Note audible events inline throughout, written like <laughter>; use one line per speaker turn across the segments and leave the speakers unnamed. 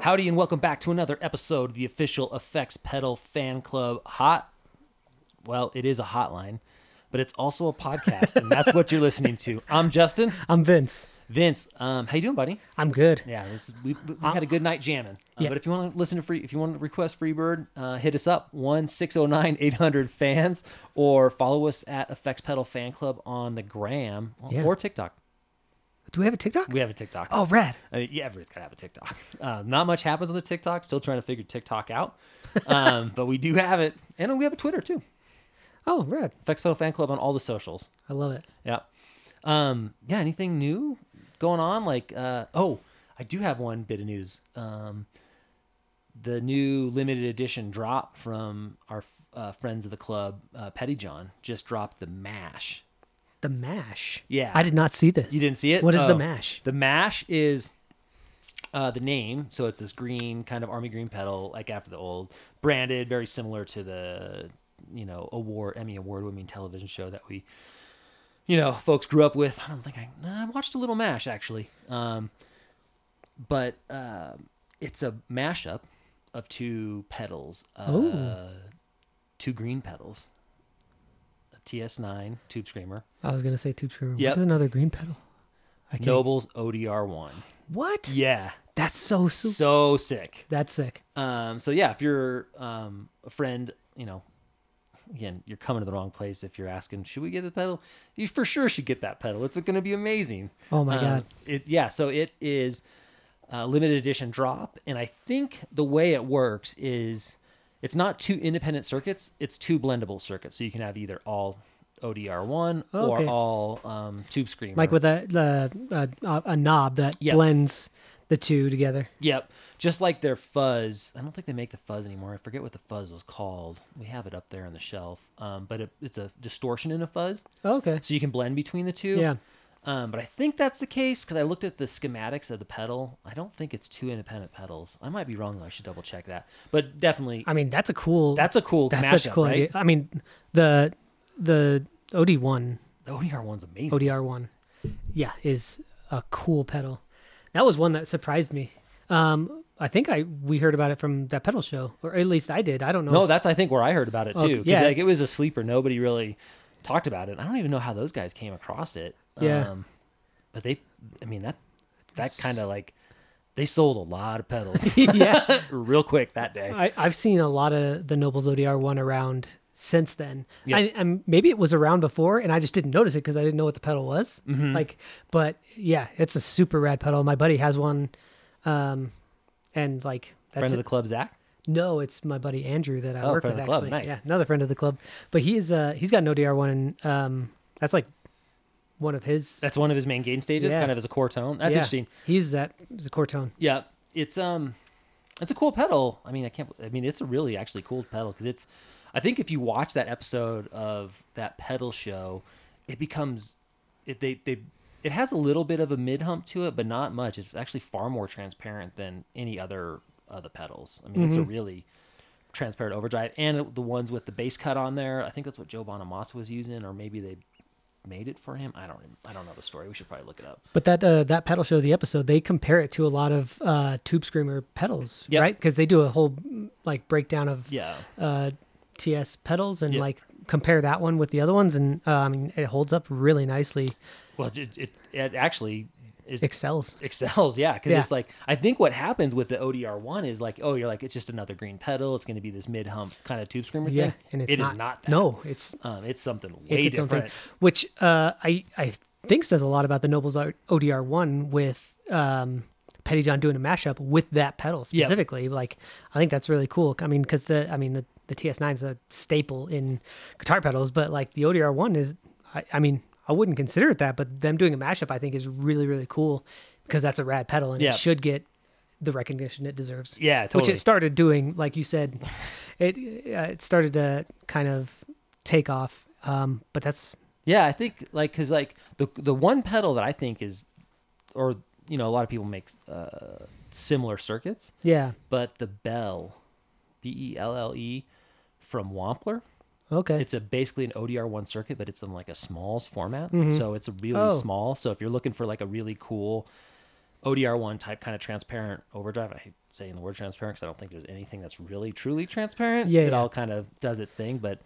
Howdy and welcome back to another episode of the official Effects Pedal Fan Club Hot. Well, it is a hotline, but it's also a podcast, and that's what you're listening <laughs> to. I'm Justin.
I'm Vince.
Vince, um, how you doing, buddy?
I'm good.
Yeah, this, we, we we had a good night jamming. Uh,
Yeah.
But if you want to listen to free, if you want to request Freebird, uh, hit us up one 800 fans or follow us at Effects Pedal Fan Club on the gram
Yeah.
or TikTok.
Do we have a TikTok?
We have a TikTok.
oh, rad.
I mean, yeah, everybody's got to have a TikTok. <laughs> Uh, not much happens on the TikTok. Still trying to figure TikTok out. Um, but we do have it. And we have a Twitter too.
Oh, rad.
Effects Pedal Fan Club on all the socials.
I love it.
Yeah. Um, yeah, anything new going on? Like, uh, oh, I do have one bit of news. Um, the new limited edition drop from our uh, friends of the club, uh, Petty John, just dropped the MASH.
The mash.
Yeah.
I did not see this.
You didn't see it?
What is the
Oh.
mash?
The mash is uh, the name, so it's this green kind of army green petal, like after the old branded, very similar to the you know award Emmy award winning television show that we you know folks grew up with. I don't think I no, I watched a little mash actually, um, but uh, it's a mashup of two petals,
Oh.
uh, two green petals. a TS9 tube screamer,
I was gonna say tube screamer.
Yep.
What's another green pedal? I can't.
Nobles ODR1.
What?
Yeah,
That's so su-
so sick.
That's sick.
Um, so yeah, if you're um, a friend, you know, again, you're coming to the wrong place if you're asking, should we get the pedal? You for sure should get that pedal. It's going to be amazing.
Oh my
Um,
God.
It yeah. So it is a limited edition drop, and I think the way it works is it's not two independent circuits; it's two blendable circuits. So you can have either all ODR one
Okay.
or all um, tube screamer.
Like with a the uh, a knob that
Yeah.
blends the two together.
Yep. Just like their fuzz. I don't think they make the fuzz anymore. I forget what the fuzz was called. We have it up there on the shelf. Um, but it, it's a distortion in a fuzz.
Okay.
So you can blend between the two.
Yeah.
Um, but I think that's the case because I looked at the schematics of the pedal. I don't think it's two independent pedals. I might be wrong though. I should double check that. But definitely,
I mean, that's a cool.
that's a cool
that's
mashup,
such a cool
right?
idea. I mean, the the OD one
The ODR one's amazing.
ODR one, yeah, is a cool pedal. That was one that surprised me. Um, I think I we heard about it from that pedal show, or at least I did. I don't know.
No, that's I think where I heard about it too.
Okay,
'cause,
Oh. yeah.
like it was a sleeper. Nobody really talked about it. I don't even know how those guys came across it.
Yeah.
Um, but they, I mean that that kind of like they sold a lot of pedals <laughs>
<laughs> yeah,
real quick that day.
I, I've seen a lot of the Nobles ODR one around since then.
Yeah.
I, and maybe it was around before, and I just didn't notice it because I didn't know what the pedal was.
Mm-hmm.
Like, but yeah, it's a super rad pedal. My buddy has one, um, and like
Friend
that's
of the club, Zach.
No, it's my buddy Andrew that I
Oh,
work
friend
with
of the club.
actually.
Nice.
Yeah, another friend of the club. But he is uh he's got an ODR one and um that's like one of his
That's one of his main game stages,
Yeah.
kind of as a core tone. That's
yeah.
interesting.
He's that is a Cortone.
Yeah, it's um, it's a cool pedal. I mean, I can't. I mean, it's a really actually cool pedal because it's. I think if you watch that episode of that pedal show, it becomes, it they they, it has a little bit of a mid hump to it, but not much. It's actually far more transparent than any other other pedals. I mean, it's a really transparent overdrive, and the ones with the bass cut on there. I think that's what Joe Bonamassa was using, or maybe they made it for him. I don't. I don't know the story. We should probably look it up.
But that uh that pedal show the episode, they compare it to a lot of uh tube screamer pedals,
Yep.
right? Cuz they do a whole like breakdown of
Yeah.
uh TS pedals and
Yeah.
like compare that one with the other ones and uh, I mean it holds up really nicely.
Well, it it, it actually is
Excels.
excels yeah because
Yeah.
it's like i think what happens with the odr1 is like oh you're like it's just another green pedal it's going to be this mid-hump kind of tube screamer
Yeah,
thing
and it's
It is
not,
that
No, it's
um, it's something way
it's its own
different
thing, which uh, I I think says a lot about the Nobles ODR one with um, Petty John doing a mashup with that pedal
Yep.
specifically. Like I think that's really cool. I mean, because the I mean the the TS nine is a staple in guitar pedals, but like the ODR one is. I, I mean, I wouldn't consider it that, but them doing a mashup I think is really really cool because that's a rad pedal and
Yeah.
it should get the recognition it deserves
yeah totally
which it started doing, like you
<laughs>
said, it uh, it started to kind of take off. Um, but that's
yeah i think like because like the the one pedal that i think is or you know a lot of people make uh, similar circuits
yeah
but the bell E b-e-l-l-e from wampler
okay.
it's a basically an ODR1 circuit, but it's in like a smalls format. So it's really
Oh.
small. So if you're looking for like a really cool ODR1 type kind of transparent overdrive. I hate saying the word transparent because I don't think there's anything that's really truly transparent.
Yeah,
it
yeah.
all kind of does its thing, but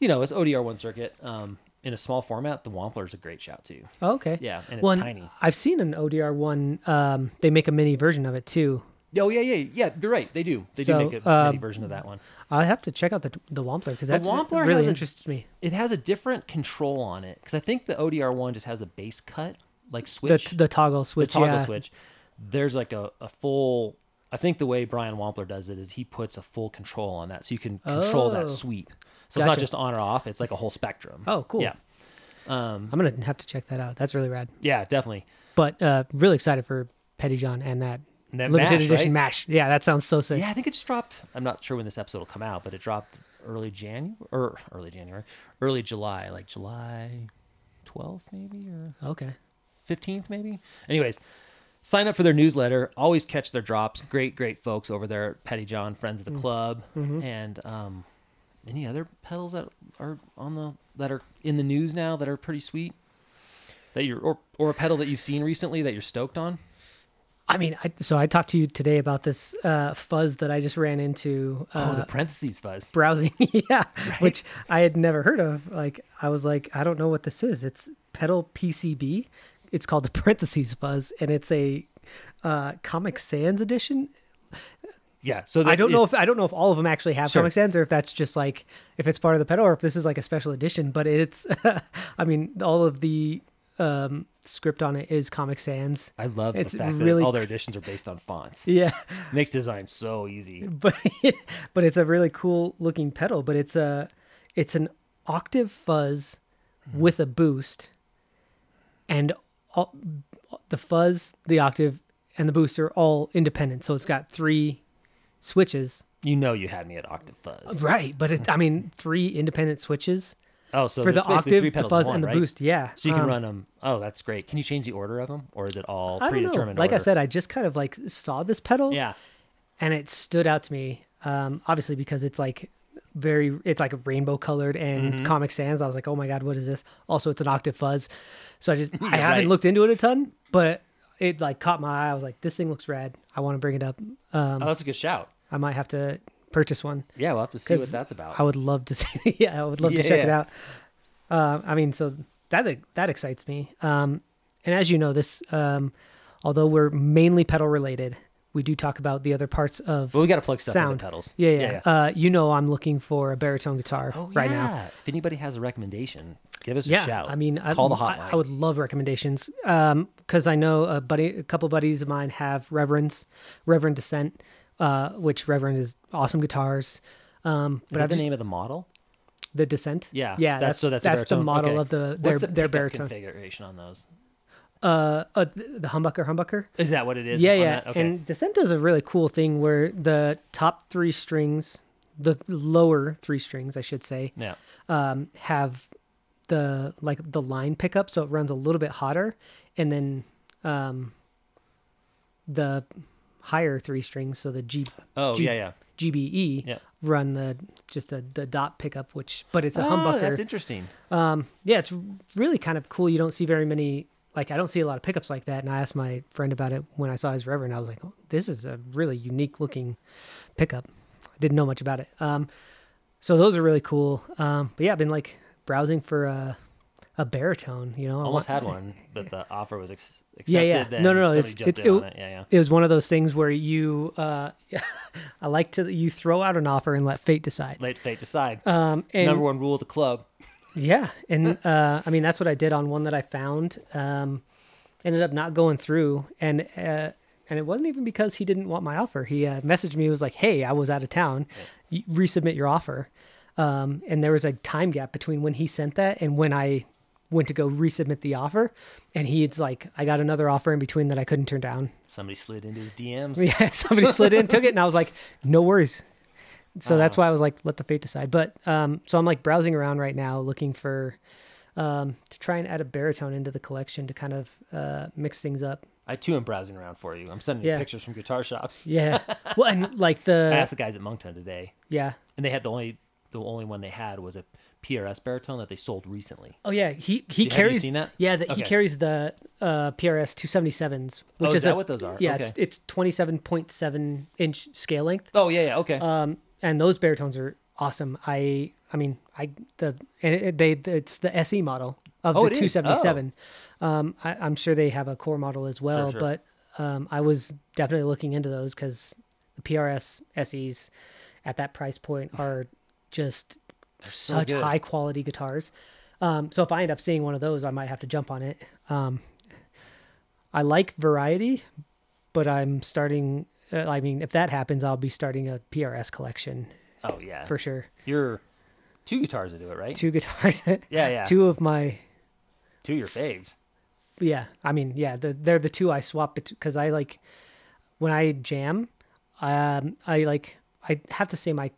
you know, it's ODR1 circuit. Um, in a small format, the Wampler is a great shout too.
Oh, okay.
Yeah, and it's
Well,
tiny.
I've seen an ODR one. Um, they make a mini version of it too.
Oh yeah, yeah, yeah. You're right. They do. They
So,
do make a
uh,
mini version of that one.
I have to check out the the Wampler because that
Wampler
really
has a-
interests me.
It has a different control on it because I think the ODR1 just has a base cut like
The
switch.
the toggle switch.
the toggle
yeah.
switch. There's like a, a full. I think the way Brian Wampler does it is he puts a full control on that, so you can control
Oh.
that sweep. So it's not
Gotcha.
just on or off; it's like a whole spectrum.
Oh, cool.
Yeah, um,
I'm gonna have to check that out. That's really rad.
yeah, definitely.
But uh, really excited for Petty John and that
And that
limited
Mash,
edition
right?
Mash. Yeah, that sounds so sick.
Yeah, I think it just dropped. I'm not sure when this episode will come out, but it dropped early January or early January, early July, like July 12th maybe or
Okay.
15th maybe anyways sign up for their newsletter always catch their drops great great folks over there at petty john friends of
Mm.
the club
Mm-hmm.
and um any other pedals that are on the that are in the news now that are pretty sweet that you're or, or a pedal that you've seen recently that you're stoked on
I mean, I, so I talked to you today about this uh, fuzz that I just ran into.
oh
Uh,
the parentheses fuzz
browsing <laughs> yeah which i had never heard of like i was like i don't know what this is it's pedal pcb it's called the <laughs> parentheses fuzz and it's a uh comic sans edition
yeah so
i
that
don't know
is-
if i don't know if all of them actually have
Sure.
comic sans or if that's just like if it's part of the pedal or if this is like a special edition but it's <laughs> i mean all of the um script on it is comic sans
i love
it's
the fact
really-
that all their editions are based on fonts
yeah
makes design so easy
but <laughs> but it's a really cool looking pedal but it's a it's an octave fuzz with a boost and all, the fuzz the octave and the boost are all independent so it's got three switches
you know you had me at octave fuzz
right but it, i mean three independent switches
oh so
for the
it's basically three
octave the
pedals in
fuzz
one,
and the
right?
boost yeah
So you can
Um,
run them. Oh, that's great. Can you change the order of them, or is it all
I don't know.
predetermined?
Like I
order?
said, I just kind of like saw this pedal,
yeah,
and it stood out to me um obviously because it's like very it's like rainbow colored and
Mm-hmm.
comic sans i was like oh my god what is this also it's an octave fuzz so
<laughs>
i just i haven't
right.
looked into it a ton but it like caught my eye i was like this thing looks rad i want to bring it up um
oh, that's a good shout.
i might have to purchase one
Yeah, we'll have to see what
'Cause
that's about.
i would love to <laughs> see yeah i would love to check it
Yeah.
out um i mean so that that excites me um and as you know this um although we're mainly pedal related we do talk about the other parts of
but we got to plug stuff in
sound.
the pedals.
Yeah, yeah. Uh, you know, I'm looking for a baritone guitar
oh,
right
yeah.
now.
If anybody has a recommendation, give us a
Yeah,
shout.
I mean, I,
call the
I-
hotline.
I, would love recommendations because I know a buddy, a couple buddies of mine have Reverends, Reverend Descent, uh, which Reverend is awesome guitars. Um,
is
but
that
I've
the
just,
name of the model?
the Descent.
Yeah,
yeah.
That's, so that's, a
the
baritone?
model
Okay.
of the
What's
their
the
their
pickup
baritone.
configuration on those.
Uh, uh, the, the humbucker, humbucker.
Is that what it is?
yeah,
on
yeah.
that? Okay.
And Descent does a really cool thing where the top three strings, the lower three strings, I should say,
yeah.
um, have the like the line pickup, so it runs a little bit hotter, and then um, the higher three strings, so the G,
Oh,
G-
yeah, yeah.
GBE,
Yeah.
run the just a, the dot pickup, which but it's a
Oh, that's
humbucker.
interesting.
um, yeah, it's really kind of cool. You don't see very many. Like I don't see a lot of pickups like that, and I asked my friend about it when I saw his Reverend. I was like, oh, "This is a really unique looking pickup." I didn't know much about it. Um, so those are really cool. Um, but yeah, I've been like browsing for a, a baritone. You know, I
Almost
want-
had one, but the offer was ex- accepted.
Yeah, yeah.
Then
No, no, no,
Somebody
it's-
jumped
it-
in
it-
on it. Yeah, yeah.
It was one of those things where you, uh, <laughs> I like to you throw out an offer and let fate decide.
Let fate decide.
Um, and
Number one rule of the club.
Yeah, and uh, I mean that's what I did on one that I found. Um, ended up not going through, and uh, and it wasn't even because he didn't want my offer. He uh, messaged me, was like, "Hey, I was out of town. You resubmit your offer." Um, and there was a time gap between when he sent that and when I went to go resubmit the offer, and he's like, "I got another offer in between that I couldn't turn down."
Somebody slid into his DMs.
<laughs> Yeah, somebody slid in, took it, and I was like, no worries. So that's
Oh.
why I was like, let the fate decide. But um, so I'm like browsing around right now, looking for um, to try and add a baritone into the collection to kind of uh, mix things up.
I too am browsing around for you. I'm sending you
Yeah.
pictures from guitar shops. <laughs>
Yeah. well, and like
I
the
asked the guys at Moncton today,
yeah.
and they had the only the only one they had was a PRS baritone that they sold recently.
Oh yeah, he he
Have you
carries.
seen that?
Yeah, that he
Okay.
carries the uh, PRS 277s,
Oh,
which
is,
a,
that what those are?
yeah,
Okay.
it's it's 27.7 inch scale length.
oh yeah, yeah. Okay.
Um, and those baritones are awesome. I I mean I the and it, it- they it's the SE model of
Oh,
the
it is?
277. Um, I, I'm sure they have a core model as well,
sure.
but um, I was definitely looking into those because the PRS SEs at that price point are just
so
such
good.
high quality guitars. Um, so if I end up seeing one of those, I might have to jump on it. Um, I like variety, but I'm starting. Uh, I mean, if that happens, I'll be starting a PRS collection
oh yeah.
for sure.
Your two guitars to do it, right?
Two guitars. <laughs>
yeah, yeah. Two,
Two of my.
two of your faves.
Yeah, I mean, yeah, the, they're the two I swap because I like when I jam. Um, I like I have to say my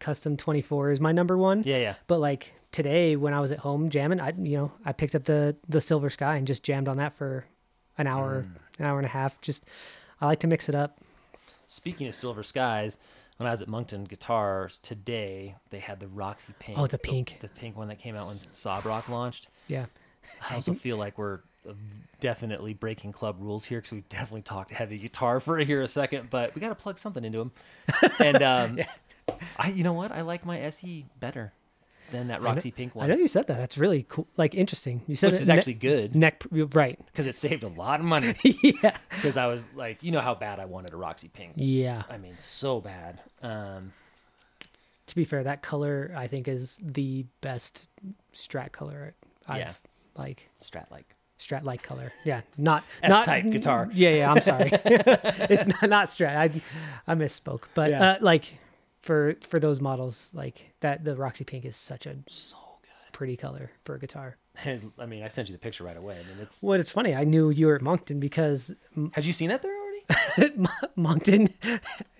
custom 24 is my number one.
Yeah, yeah.
But like today, when I was at home jamming, I you know I picked up the the Silver Sky and just jammed on that for an hour,
Hmm.
an hour and a half. Just I like to mix it up.
Speaking of Silver Skies, when I was at Moncton Guitars today, they had the Roxy Pink.
Oh, the pink.
The pink one that came out when Sob Rock launched.
Yeah,
I also feel like we're uh, definitely breaking club rules here because we've definitely talked heavy guitar for here a second, but we got to plug something
<laughs>
into them. And um, I, you know what? I like my SE better than that Roxy Pink
I
one,
know you said that. That's really cool. Like interesting. You said
which is
ne-
actually good
neck
<laughs>
right.
because it saved a lot of money.
<laughs> yeah.
Because I was like, you know how bad I wanted a Roxy Pink.
Yeah.
I mean, so bad. Um,
To be fair, that color I think is the best strat color. I've,
Yeah.
Like
Strat like. <laughs>
strat like color. Yeah, not not
S-type guitar.
<laughs> Yeah, yeah. I'm sorry, it's not, not strat. I I misspoke, but
Yeah.
uh, like for for those models, like that the Roxy Pink is such a
So good.
pretty color for a guitar.
And, I mean, I sent you the picture right away. I mean, it's.
Well, it's funny. I knew you were at Moncton because <laughs>
Had you seen that there already?
Mon- Moncton.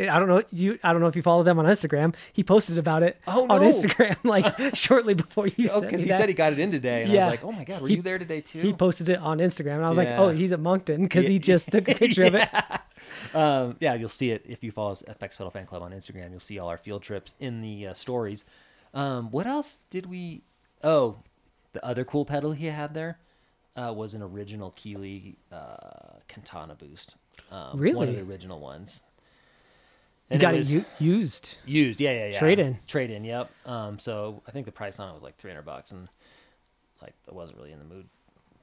I don't know you. I don't know if you follow them on Instagram. He posted about it
Oh,
on
no.
Instagram <laughs>
<laughs>
like shortly before you.
Oh,
sent
because
me
he
that.
said he got it in today, and I
Yeah.
was like, "Oh my god, were
He-
you there today too?"
he posted it on Instagram, and I was like,
Yeah.
"Oh, he's at Moncton," because he
Yeah.
just took a
<laughs>
picture of it.
um, yeah, you'll see it if you follow us FX Pedal Fan Club on Instagram. You'll see all our field trips in the uh, stories. Um, what else did we? Oh, the other cool pedal he had there uh, was an original Keeley uh, Cantana Boost. Um, One
Really?
of the original ones.
You
And
got
it
it
was
u- used.
used. Yeah, yeah, yeah.
Trade-in.
Trade in. Yep. Um, so I think the price on it was like three hundred bucks, and like I wasn't really in the mood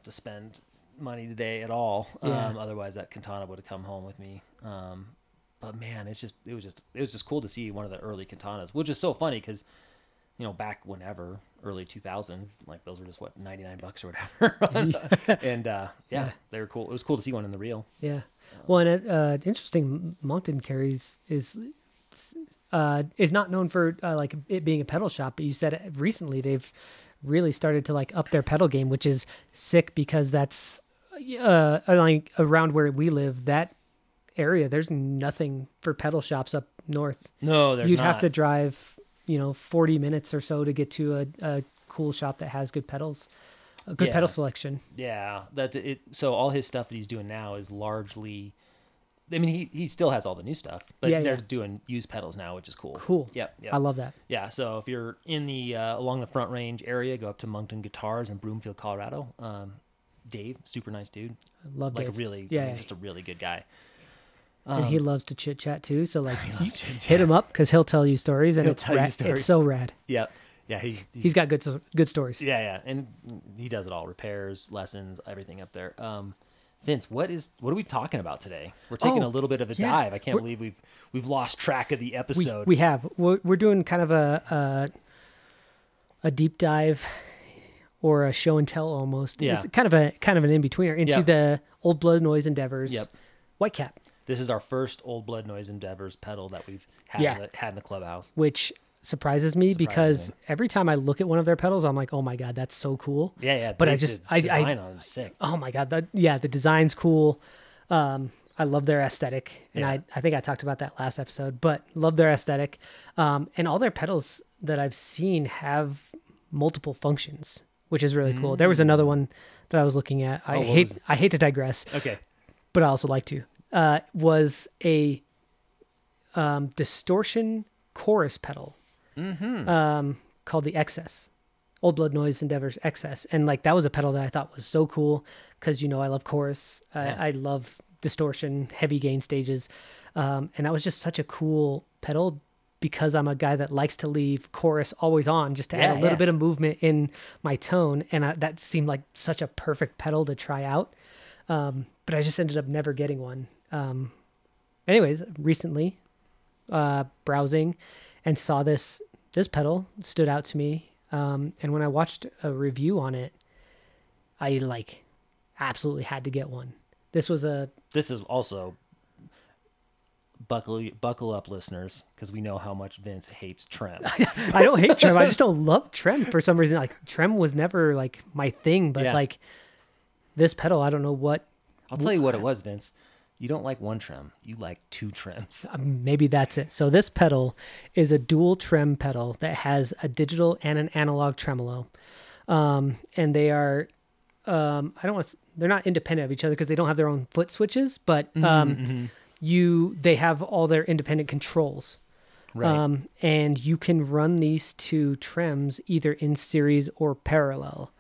to spend money today at all.
Yeah.
Um, otherwise, that Cantana would have come home with me. Um, but man, it's just it was just it was just cool to see one of the early Cantanas, which is so funny because you know back whenever early two thousands, like those were just what ninety nine bucks or whatever, <laughs> and uh, yeah,
Yeah.
they were cool. It was cool to see one in the real.
Yeah.
Oh.
Well, and it, uh, interesting. Moncton carries is uh, is not known for uh, like it being a pedal shop, but you said it- recently they've really started to like up their pedal game, which is sick because that's uh, like around where we live. That area, there's nothing for pedal shops up north.
No, there's
You'd
not.
have to drive, you know, forty minutes or so to get to a, a cool shop that has good pedals, a good
Yeah.
pedal selection.
Yeah, that's it. So all his stuff that he's doing now is largely. I mean, he, he still has all the new stuff, but
Yeah,
they're
yeah.
doing used pedals now, which is cool.
Cool.
Yep. yep.
I love that.
yeah. So if you're in the uh, along the Front Range area, go up to Moncton Guitars in Broomfield, Colorado. Um, Dave, super nice dude,
I love
like
Dave.
a really, yeah,
Yeah, yeah.
just a really good guy.
and he loves to chit chat too. So
<laughs>
like, you
Um, loves chit-chat.
hit him up because he'll tell you stories, and
He'll
it's
tell you
rad.
stories.
it's so rad.
Yep. Yeah, he's he's,
He's got good s- good stories.
yeah, yeah, and he does it all: repairs, lessons, everything up there. Um, Vince, what is what are we talking about today? We're taking
Oh,
a little bit of a
yeah.
dive. I can't
We're-
believe we've we've lost track of the
we,
episode.
we have we're, we're doing kind of a, a a deep dive or a show and tell almost.
Yeah.
It's kind of a kind of an in betweener into
Yeah.
the old blood noise endeavors.
Yep.
White Cap,
This is our first old blood noise endeavors pedal that we've had,
Yeah.
in, the, had in the clubhouse.
which surprises me because
Surprises
every time I look at one of their pedals, I'm like, oh my god, that's so cool.
Yeah, yeah.
But I
Dave
just-
did
I- I-
design on them sick.
oh my god that yeah the design's cool um i love their aesthetic and
Yeah.
i i think i talked about that last episode but love their aesthetic um and all their pedals that i've seen have multiple functions which is really cool there was another one that i was looking at i
Mm. Oh, what
hate
was
i hate to digress
Okay.
but i also like to uh was a um
Mm-hmm.
distortion chorus pedal um called the excess Old Blood Noise Endeavor's Excess, and like that was a pedal that I thought was so cool because you know I love chorus,
Yeah.
I, I love distortion, heavy gain stages, um, and that was just such a cool pedal because I'm a guy that likes to leave chorus always on just to add
Yeah,
a little
yeah.
bit of movement in my tone, and I, that seemed like such a perfect pedal to try out, um, but I just ended up never getting one. Um, anyways, recently uh, browsing and saw this this pedal stood out to me um, and when i watched a review on it i like absolutely had to get one this was a
This is also buckle buckle up, listeners, because we know how much Vince hates
<laughs>
Trem.
i don't hate trem i just don't love trem for some reason like trem was never like my thing but
Yeah.
like this pedal i don't know what
I'll tell you what it was, Vince. You don't like one trem. You like two
<laughs>
trims.
um, maybe that's it so this pedal is a dual trem pedal that has a digital and an analog tremolo um, and they are um, I don't want to. They're not independent of each other because they don't have their own foot switches, but um, you they have all their independent controls,
Right.
um, and you can run these two trims either in series or parallel.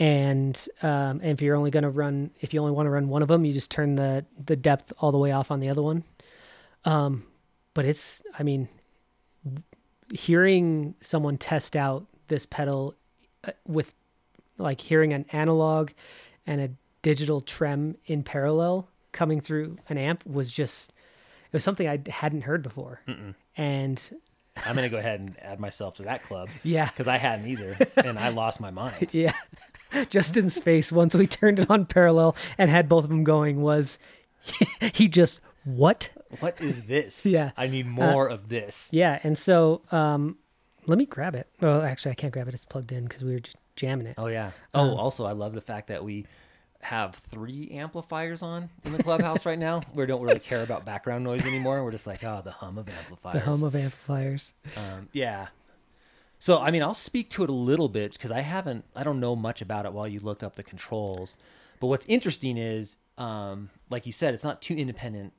And um, and if you're only going to run, if you only want to run one of them, you just turn the the depth all the way off on the other one. Um, but it's, I mean, hearing someone test out this pedal uh, with like hearing an analog and a digital trem in parallel coming through an amp was just it was something I hadn't heard before. And
I'm gonna go ahead and add myself to that club.
Yeah.
Because I hadn't
<laughs>
either, and I lost my mind.
yeah, <laughs> just in space once we turned it on parallel and had both of them going was <laughs> he just what?
What is this?
Yeah. Uh,
I need more of this.
Yeah, and so um let me grab it. Well, actually I can't grab it. It's plugged in cuz we were just jamming it.
Oh yeah.
Uh,
Oh, also I love the fact that we have three amplifiers on in the clubhouse right now. We don't really care about background noise anymore. We're just like, oh, the hum of amplifiers.
the hum of amplifiers.
Um, yeah. So I mean, I'll speak to it a little bit because I haven't, I don't know much about it while you looked up the controls. But what's interesting is, um, like you said, it's not too independent.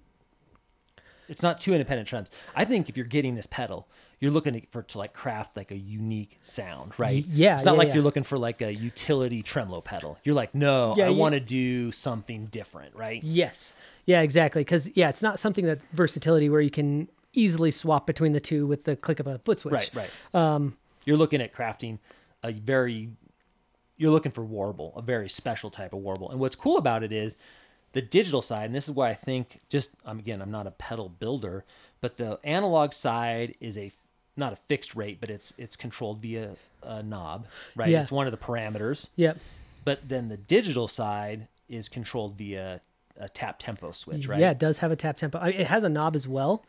It's not two independent trims. I think if you're getting this pedal, you're looking to- for to like craft like a unique sound, right?
yeah,
It's not
yeah,
like
yeah.
you're looking for like a utility tremolo pedal. You're like, no,
Yeah,
I
you-
want to do something different, right?
Yes. Yeah, exactly. Cuz yeah, it's not something that versatility where you can easily swap between the two with the click of a foot switch.
Right, right. Um, you're looking at crafting a very, you're looking for warble, a very special type of warble. And what's cool about it is the digital side, and this is why I think just um, again, I'm not a pedal builder, but the analog side is a not a fixed rate, but it's it's controlled via a knob, right?
Yeah.
It's one of the parameters.
Yep.
But then the digital side is controlled via a tap tempo switch, right?
Yeah, it does have a tap tempo. I- It has a knob as well.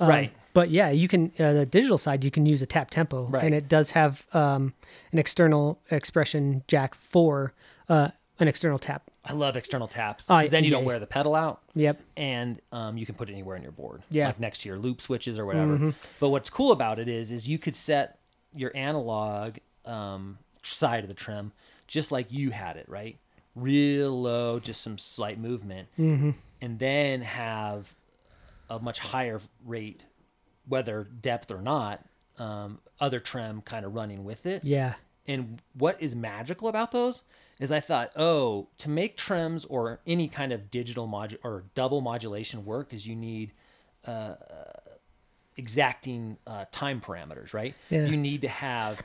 Um,
Right.
But yeah, you can uh, the digital side you can use a tap tempo,
Right.
and it does have um, an external expression jack for uh, an external tap.
I love external taps.
I-
'cause then you
yeah,
don't
yeah.
wear the pedal out.
Yep.
and um, you can put it anywhere on your board,
Yeah.
like next to your loop switches or whatever. But what's cool about it is, is you could set your analog um, side of the trim just like you had it, right? Real low, just some slight movement, and then have a much higher rate, whether depth or not, um, other trim kind of running with it.
Yeah.
And what is magical about those is I thought, oh, to make trims or any kind of digital mod or double modulation work is you need uh, exacting uh, time parameters, right?
Yeah.
You need to have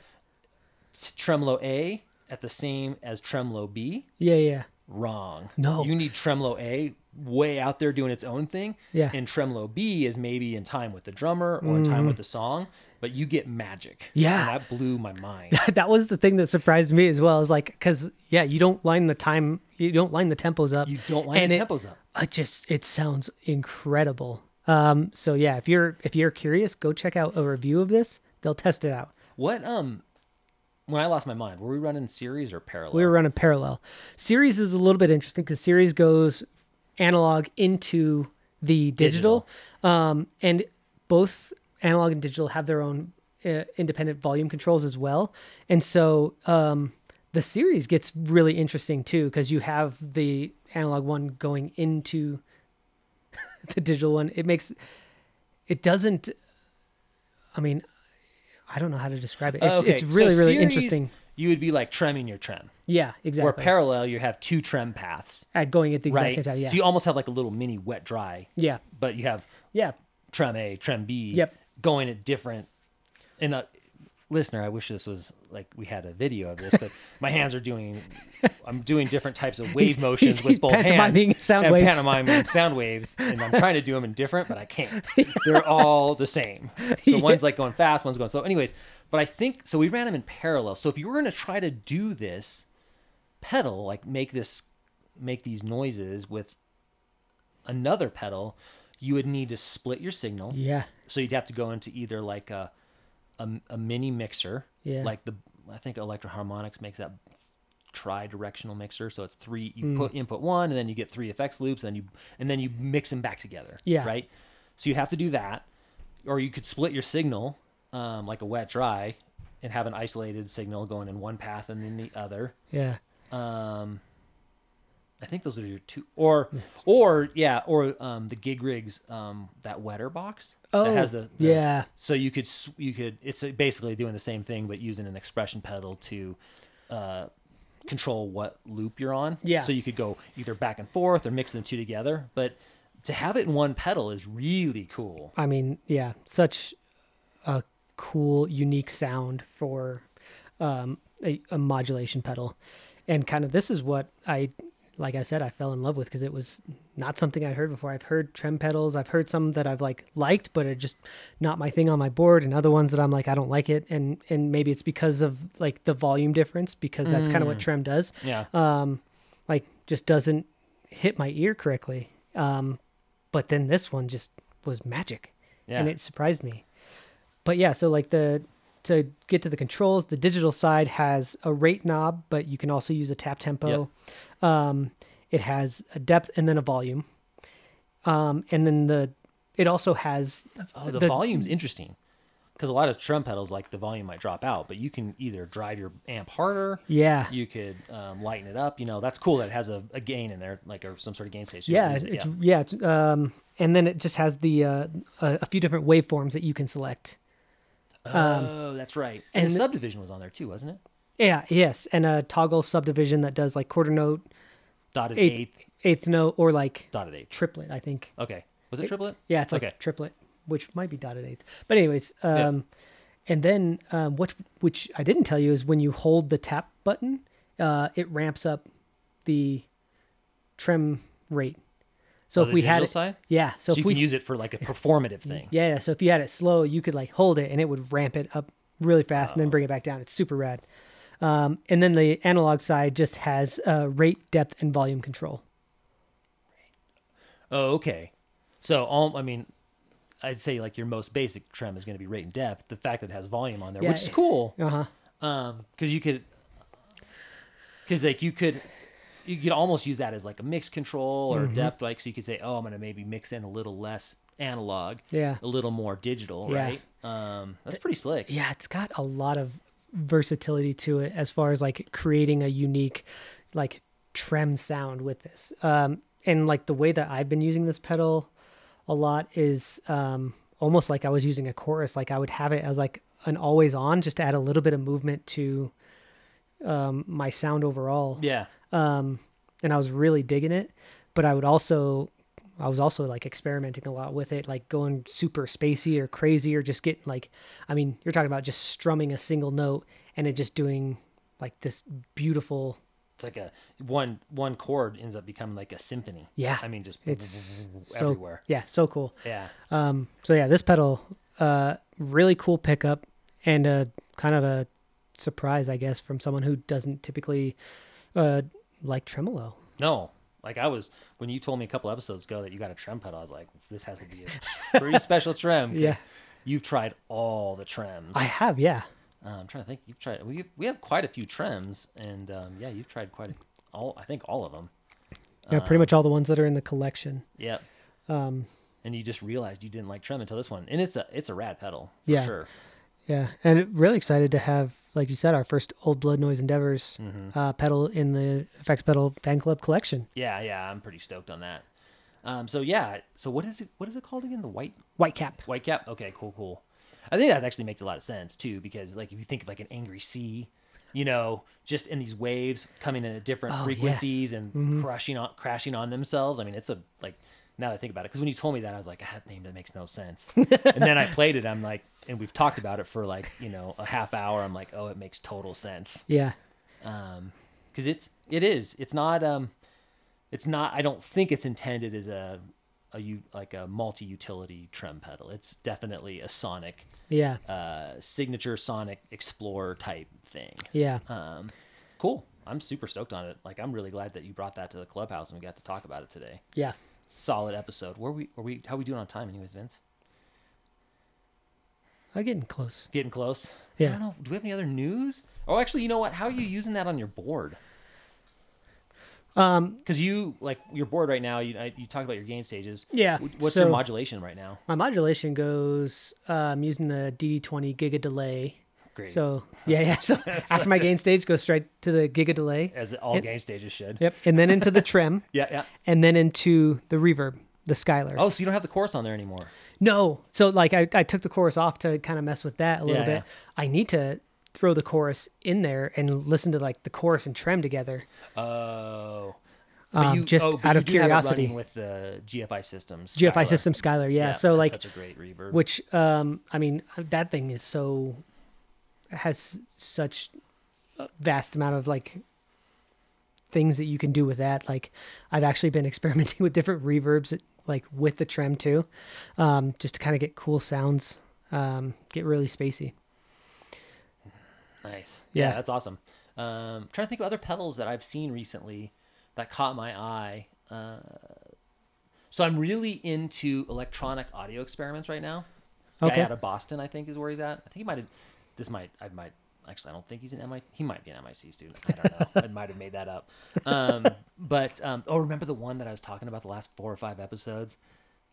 s- tremolo A at the same as tremolo B.
Yeah. Yeah. <laughs>
Wrong.
No.
You need tremolo A way out there doing its own thing.
Yeah. Mm-hmm.
And tremolo B is maybe in time with the drummer or in time with the song, but you get magic.
Yeah.
And that blew my mind.
that was the thing that surprised me as well. Is like because yeah, you don't line the time, you don't line the tempos up.
You don't line
and
the
it-
tempos up.
I just it sounds incredible. Um, so yeah, if you're if you're curious, go check out a review of this. They'll test it out.
What um when I lost my mind, were we running series or parallel?
We were running parallel. Series is a little bit interesting because series goes analog into the digital, Um, and both analog and digital have their own uh, independent volume controls as well. And so um, the series gets really interesting too because you have the analog one going into <laughs> the digital one. It makes it doesn't. I mean, I don't know how to describe it. It's,
Oh, Okay,
it's
so
really, really
series,
interesting.
You would be like tremming your trem.
Yeah,
Where
exactly.
parallel, you have two trem paths,
At going at the exact
right?
same time. Yeah.
So you almost have like a little mini wet dry,
yeah.
but you have
Yeah.
trem A, trem B,
Yep.
going at different. And uh listener, I wish this was like we had a video of this, but
<laughs>
my hands are doing. I'm doing different types of wave
He's-
motions
he's-
with
he's
both hands
pantomiming sound
and
waves.
pantomiming sound waves, and I'm trying to do them in different, but I
<laughs>
can't. They're all the same. So one's like going fast, one's going slow. Anyways, but I think so. We ran them in parallel. So if you were going to try to do this pedal, like make this, make these noises with another pedal, you would need to split your signal.
Yeah.
So you'd have to go into either like a a, a mini mixer,
Yeah.
like the I think Electro Harmonix makes that tri-directional mixer. So it's three.
Mm.
You put input one, and then you get three effects loops, and then you and then you mix them back together.
Yeah.
Right. So you have to do that, or you could split your signal, um, like a wet dry, and have an isolated signal going in one path and then the other.
Yeah.
Um, I think those are your two, or or yeah, or um, the gig rigs, um, that wetter box
Oh,
that has the, the-
yeah.
So you could s- you could it's uh, basically doing the same thing but using an expression pedal to uh, control what loop you're on.
Yeah.
So you could go either back and forth or mix the two together, but to have it in one pedal is really cool.
I mean, yeah, such a cool, unique sound for um, a, a modulation pedal. And kind of this is what I, like I said, I fell in love with because it was not something I'd heard before. I've heard trem pedals, I've heard some that I've like liked, but it just not my thing on my board, and other ones that I'm like I don't like it, and and maybe it's because of like the volume difference because that's kind of
Mm.
what trem does
Yeah.
um, like just doesn't hit my ear correctly. Um, but then this one just was magic, and
Yeah.
it surprised me. But yeah, so like the to get to the controls, the digital side has a rate knob, but you can also use a tap tempo. Um, it has a depth and then a volume, um, and then the it also has
oh, the,
the-
volume's interesting. Because a lot of drum pedals, like the volume might drop out, but you can either drive your amp harder,
yeah
you could um, lighten it up. You know, that's cool that it has a, a gain in there, like or some sort of gain station.
yeah,
Use it,
it's, yeah. it's, um, and then it just has the uh, a, a few different waveforms that you can select.
oh, that's right. And,
um, and
the
the-
subdivision was on there too, wasn't it?
Yeah, yes, and a toggle subdivision that does like quarter note,
Dotted eighth,
eighth, eighth, note, or like
dotted eighth.
triplet. I think.
Okay, was it triplet?
Yeah, it's like
Okay.
triplet, which might be dotted eighth. But anyways, um, and then um, what which I didn't tell you is when you hold the tap button, uh, it ramps up the trim rate. So
Oh,
if
the
we had
digital
it,
side?
yeah. So,
So you
if we
can use it for like a performative thing.
yeah, so if you had it slow, you could like hold it and it would ramp it up really fast and then bring it back down. It's super rad. Um, and then the analog side just has uh, rate, depth, and volume control.
Oh, okay. So all I mean, I'd say like your most basic trim is going to be rate and depth. The fact that it has volume on there,
Yeah,
which is
it-
cool,
Uh huh.
because Um, you could, because like you could. You could almost use that as like a mix control
Mm-hmm.
or depth, like so you could say, "Oh, I'm gonna maybe mix in a little less analog,
Yeah.
a little more digital,
Yeah.
right?" Um, that's pretty slick.
Yeah, it's got a lot of versatility to it as far as like creating a unique, like trem sound with this. Um, and like the way that I've been using this pedal a lot is um, almost like I was using a chorus. Like I would have it as like an always on just to add a little bit of movement to um, my sound overall
Yeah.
um, and I was really digging it. But I would also, I was also like experimenting a lot with it, like going super spacey or crazy or just getting like, I mean, you're talking about just strumming a single note and it just doing like this beautiful,
It's like a one one chord ends up becoming like a symphony.
Yeah.
I mean just
it's so,
everywhere.
yeah, so cool.
yeah.
Um, so yeah, this pedal, uh, really cool pickup and a kind of a surprise, I guess, from someone who doesn't typically, uh, like tremolo.
No. Like I was when you told me a couple episodes ago that you got a trem pedal, I was like, this has to be a
<laughs>
pretty special trem because
Yeah.
you've tried all the trems.
I have, yeah.
Uh, I'm trying to think. You've tried we we have quite a few trems, and um, yeah, you've tried quite a, all. I think all of them.
Yeah, pretty much all the ones that are in the collection.
Yeah.
Um,
And you just realized you didn't like trem until this one, and it's a it's a rad pedal. For
Yeah.
Sure.
Yeah, and it- really excited to have, like you said, our first Old Blood Noise Endeavors uh, pedal in the Effects Pedal Fan Club collection.
Yeah. Yeah. I'm pretty stoked on that. Um, so yeah. So what is it? What is it called again? The white
White cap.
White cap. Okay, cool, cool. I think that actually makes a lot of sense too, because like if you think of like an angry sea, you know, just in these waves coming in at different
Oh, yeah. Mm-hmm.
frequencies and crushing on crashing on themselves. I mean, it's a like now that I think about it, because when you told me that, I was like, ah, that name that makes no
<laughs>
sense. and then I played it. I'm like, and we've talked about it for like you know a half hour. I'm like, oh, it makes total sense
Yeah.
um because it's it is it's not um it's not i don't think it's intended as a a u like a multi-utility trem pedal it's definitely a sonic
Yeah.
uh signature sonic explorer type thing
Yeah.
um cool i'm super stoked on it like i'm really glad that you brought that to the clubhouse and we got to talk about it today
Yeah.
solid episode where we are we how we doing on time anyways vince
I'm getting close.
getting close i
Yeah.
don't know do we have any other news oh actually you know what how are you using that on your board
Um,
because you like you're bored right now. You I- you talked about your game stages.
Yeah,
Wh- What's
so-
your modulation right now?
my modulation goes. Uh, I'm using the DD20 Giga Delay.
Great.
So yeah, yeah. So after my gain stage, goes straight to the Giga Delay.
as all
it-
game stages should.
Yep, and then into the trim,
Yeah, yeah.
and then into the reverb, the Skylar.
Oh, so you don't have the chorus on there anymore.
No, so like I, I took the chorus off to kind of mess with that a little
Yeah,
bit.
yeah.
I need to throw the chorus in there and listen to like the chorus and trem together.
Oh. But
Um, just
oh, but
out
you
of
do have it running
curiosity,
with the GFI systems.
GFI
Skylar.
system Skylar, yeah.
Yeah,
so
that's
like
such a great reverb.
which um i mean that thing is so has such a vast amount of like things that you can do with that like i've actually been <laughs> experimenting with different reverbs like with the trem too um just to kind of get cool sounds um get really spacey
nice. Yeah,
Yeah.
that's awesome. Um, trying to think of other pedals that I've seen recently that caught my eye. Uh, so I'm really into electronic audio experiments right now. Guy
Okay.
out of Boston, I think, is where he's at. I think he might have. This might. I might. Actually, I don't think he's an MIT. He might be an MIC student. I don't know. I might have made that up. Um, <laughs> but um, oh, remember the one that I was talking about the last four or five episodes?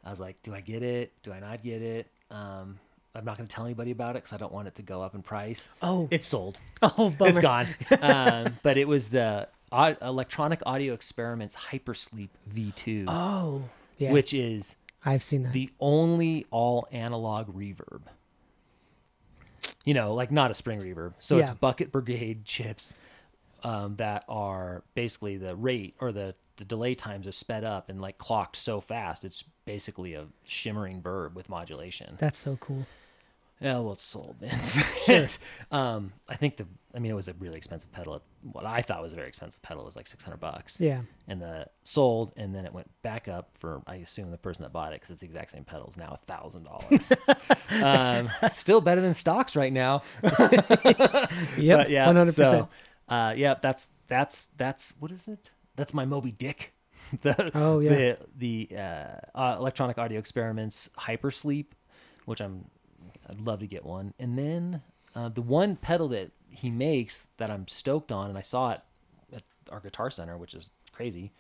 I was like, do I get it? Do I not get it? Um, I'm not going to tell anybody about it because I don't want it to go up in price.
Oh.
it's sold.
<laughs> oh bummer.
It's
<laughs>
gone. um, but it was the au- Electronic Audio Experiments Hypersleep V2,
oh yeah
which is
i've seen that
the only all analog reverb. You know, like not a spring reverb. So it's
Yeah.
bucket brigade <laughs> chips um, that are basically the rate or the the delay times are sped up and like clocked so fast it's basically a shimmering verb with modulation.
that's so cool
Yeah, well, it's sold, Vince. It's, um, I think the, I mean, it was a really expensive pedal. What I thought was a very expensive pedal was like six hundred bucks.
yeah
And the sold, and then it went back up for, I assume, the person that bought it because it's the exact same pedal is now a thousand dollars. Um, Still better than stocks right now.
yep
But yeah,
100%
So, uh, yeah, that's that's that's what is it? That's my Moby Dick. <laughs> the,
Oh, yeah.
The the uh, uh, electronic audio experiments hypersleep, which I'm I'd love to get one. And then uh, the one pedal that he makes that I'm stoked on, and I saw it at our guitar center, which is crazy.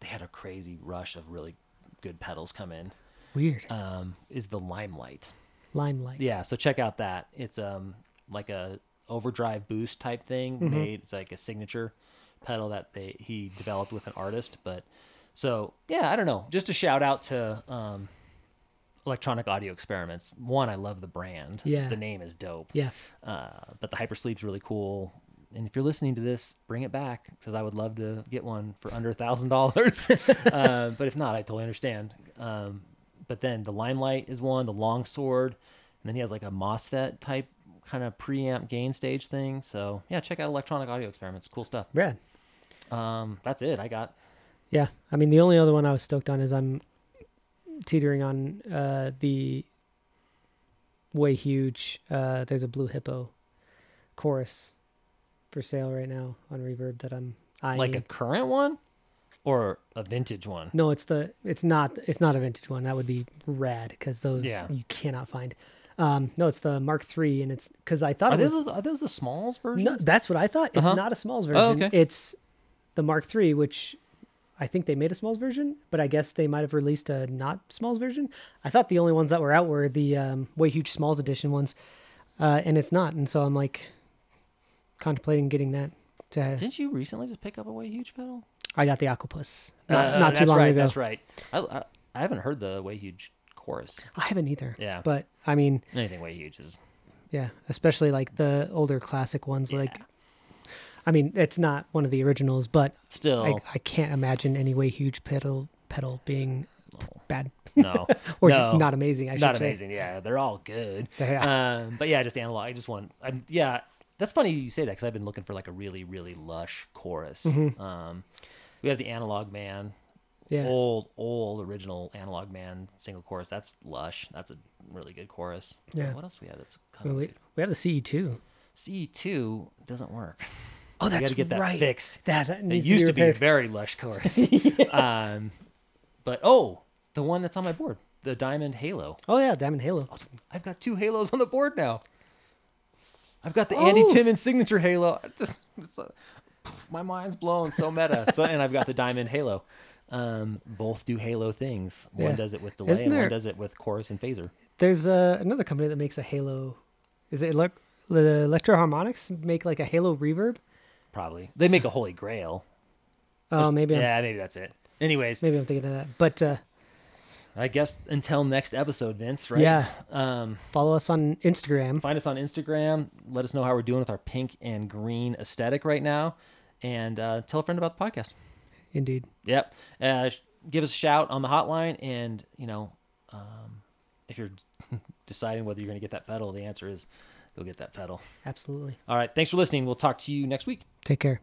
They had a crazy rush of really good pedals come in.
weird
Um, is the Limelight?
limelight
Yeah, so check out that. It's um like a overdrive boost type thing made. It's like a signature pedal that they he developed with an artist. But so yeah, I don't know. Just a shout out to um, Electronic Audio Experiments. One, I love the brand.
Yeah.
the name is dope.
yeah
Uh, but the Hypersleep's really cool. And if you're listening to this, bring it back because I would love to get one for under a thousand dollars. Uh, But if not, I totally understand. Um, but then the Limelight is one, the Longsword, and then he has like a MOSFET type kind of preamp gain stage thing. So yeah, check out Electronic Audio Experiments. Cool stuff.
rad
Um, that's it. I got.
Yeah, I mean the only other one I was stoked on is I'm teetering on uh, the way huge. Uh, there's a blue hippo chorus for sale right now on Reverb that I'm eyeing.
Like a current one or a vintage one?
no, it's the it's not it's not a vintage one. That would be rad because those
Yeah.
you cannot find. Um, no, it's the Mark III, and it's because I thought
Are
it was
those, are those the smalls
no,
versions?
that's what I thought. It's
Uh-huh.
not a Smalls version.
Oh, okay.
It's the Mark III, which I think they made a Smalls version, but I guess they might have released a not Smalls version. I thought the only ones that were out were the um, way huge Smalls edition ones, uh, and it's not. And so I'm like contemplating getting that. To
Didn't you recently just pick up a way huge pedal?
I got the Aquapus not,
Uh,
not too
that's
long
right,
ago.
That's right. I, I, I haven't heard the way huge chorus.
I haven't either.
Yeah.
But I mean,
Anything way huge is
yeah, especially like the older classic ones. Like,
Yeah.
I mean, it's not one of the originals, but
still
I, I can't imagine any way huge pedal pedal being bad
<laughs> no,
<laughs> or
no,
not amazing. I should
not
say.
amazing. Yeah, they're all good.
<laughs> Yeah.
Um, but yeah, just analog. I just want. I'm, yeah, that's funny you say that because I've been looking for like a really really lush chorus. Um, we have the Analog Man,
Mm-hmm. Yeah.
old old original Analog Man single chorus. That's lush. That's a really good chorus.
Yeah.
What else we have? That's kind
Well,
of
we, we have the CE two.
C two doesn't work.
Oh,
gotta
that's
get that
right.
fixed.
That, that
It
needs
used to be a
repaired.
very lush
<laughs>
chorus. um, but oh, the one that's on my board, the Diamond Halo.
Oh yeah, Diamond Halo.
I've got two halos on the board now. I've got the Andy
Oh.
Timmons signature halo. <laughs> I just- it's a- my mind's blown. So meta. <laughs> So and I've got the diamond halo. Um, both do halo things. One
Yeah.
does it with delay,
Isn't
and
there-
one does it with chorus and phaser.
There's uh, another company that makes a Halo. Is it elec- the Electro Harmonics make like a Halo reverb?
Probably they make a holy grail.
Oh, maybe I'm,
Yeah, maybe that's it. Anyways,
maybe I'm thinking of that. But uh,
I guess until next episode, Vince. Right?
Yeah.
Um,
follow us on Instagram.
find us on Instagram. Let us know how we're doing with our pink and green aesthetic right now, and uh, tell a friend about the podcast.
Indeed.
Yep. Uh, sh- give us a shout on the hotline, and you know, um, if you're <laughs> deciding whether you're going to get that pedal, the answer is go get that pedal.
Absolutely.
All right. Thanks for listening. We'll talk to you next week.
Take care.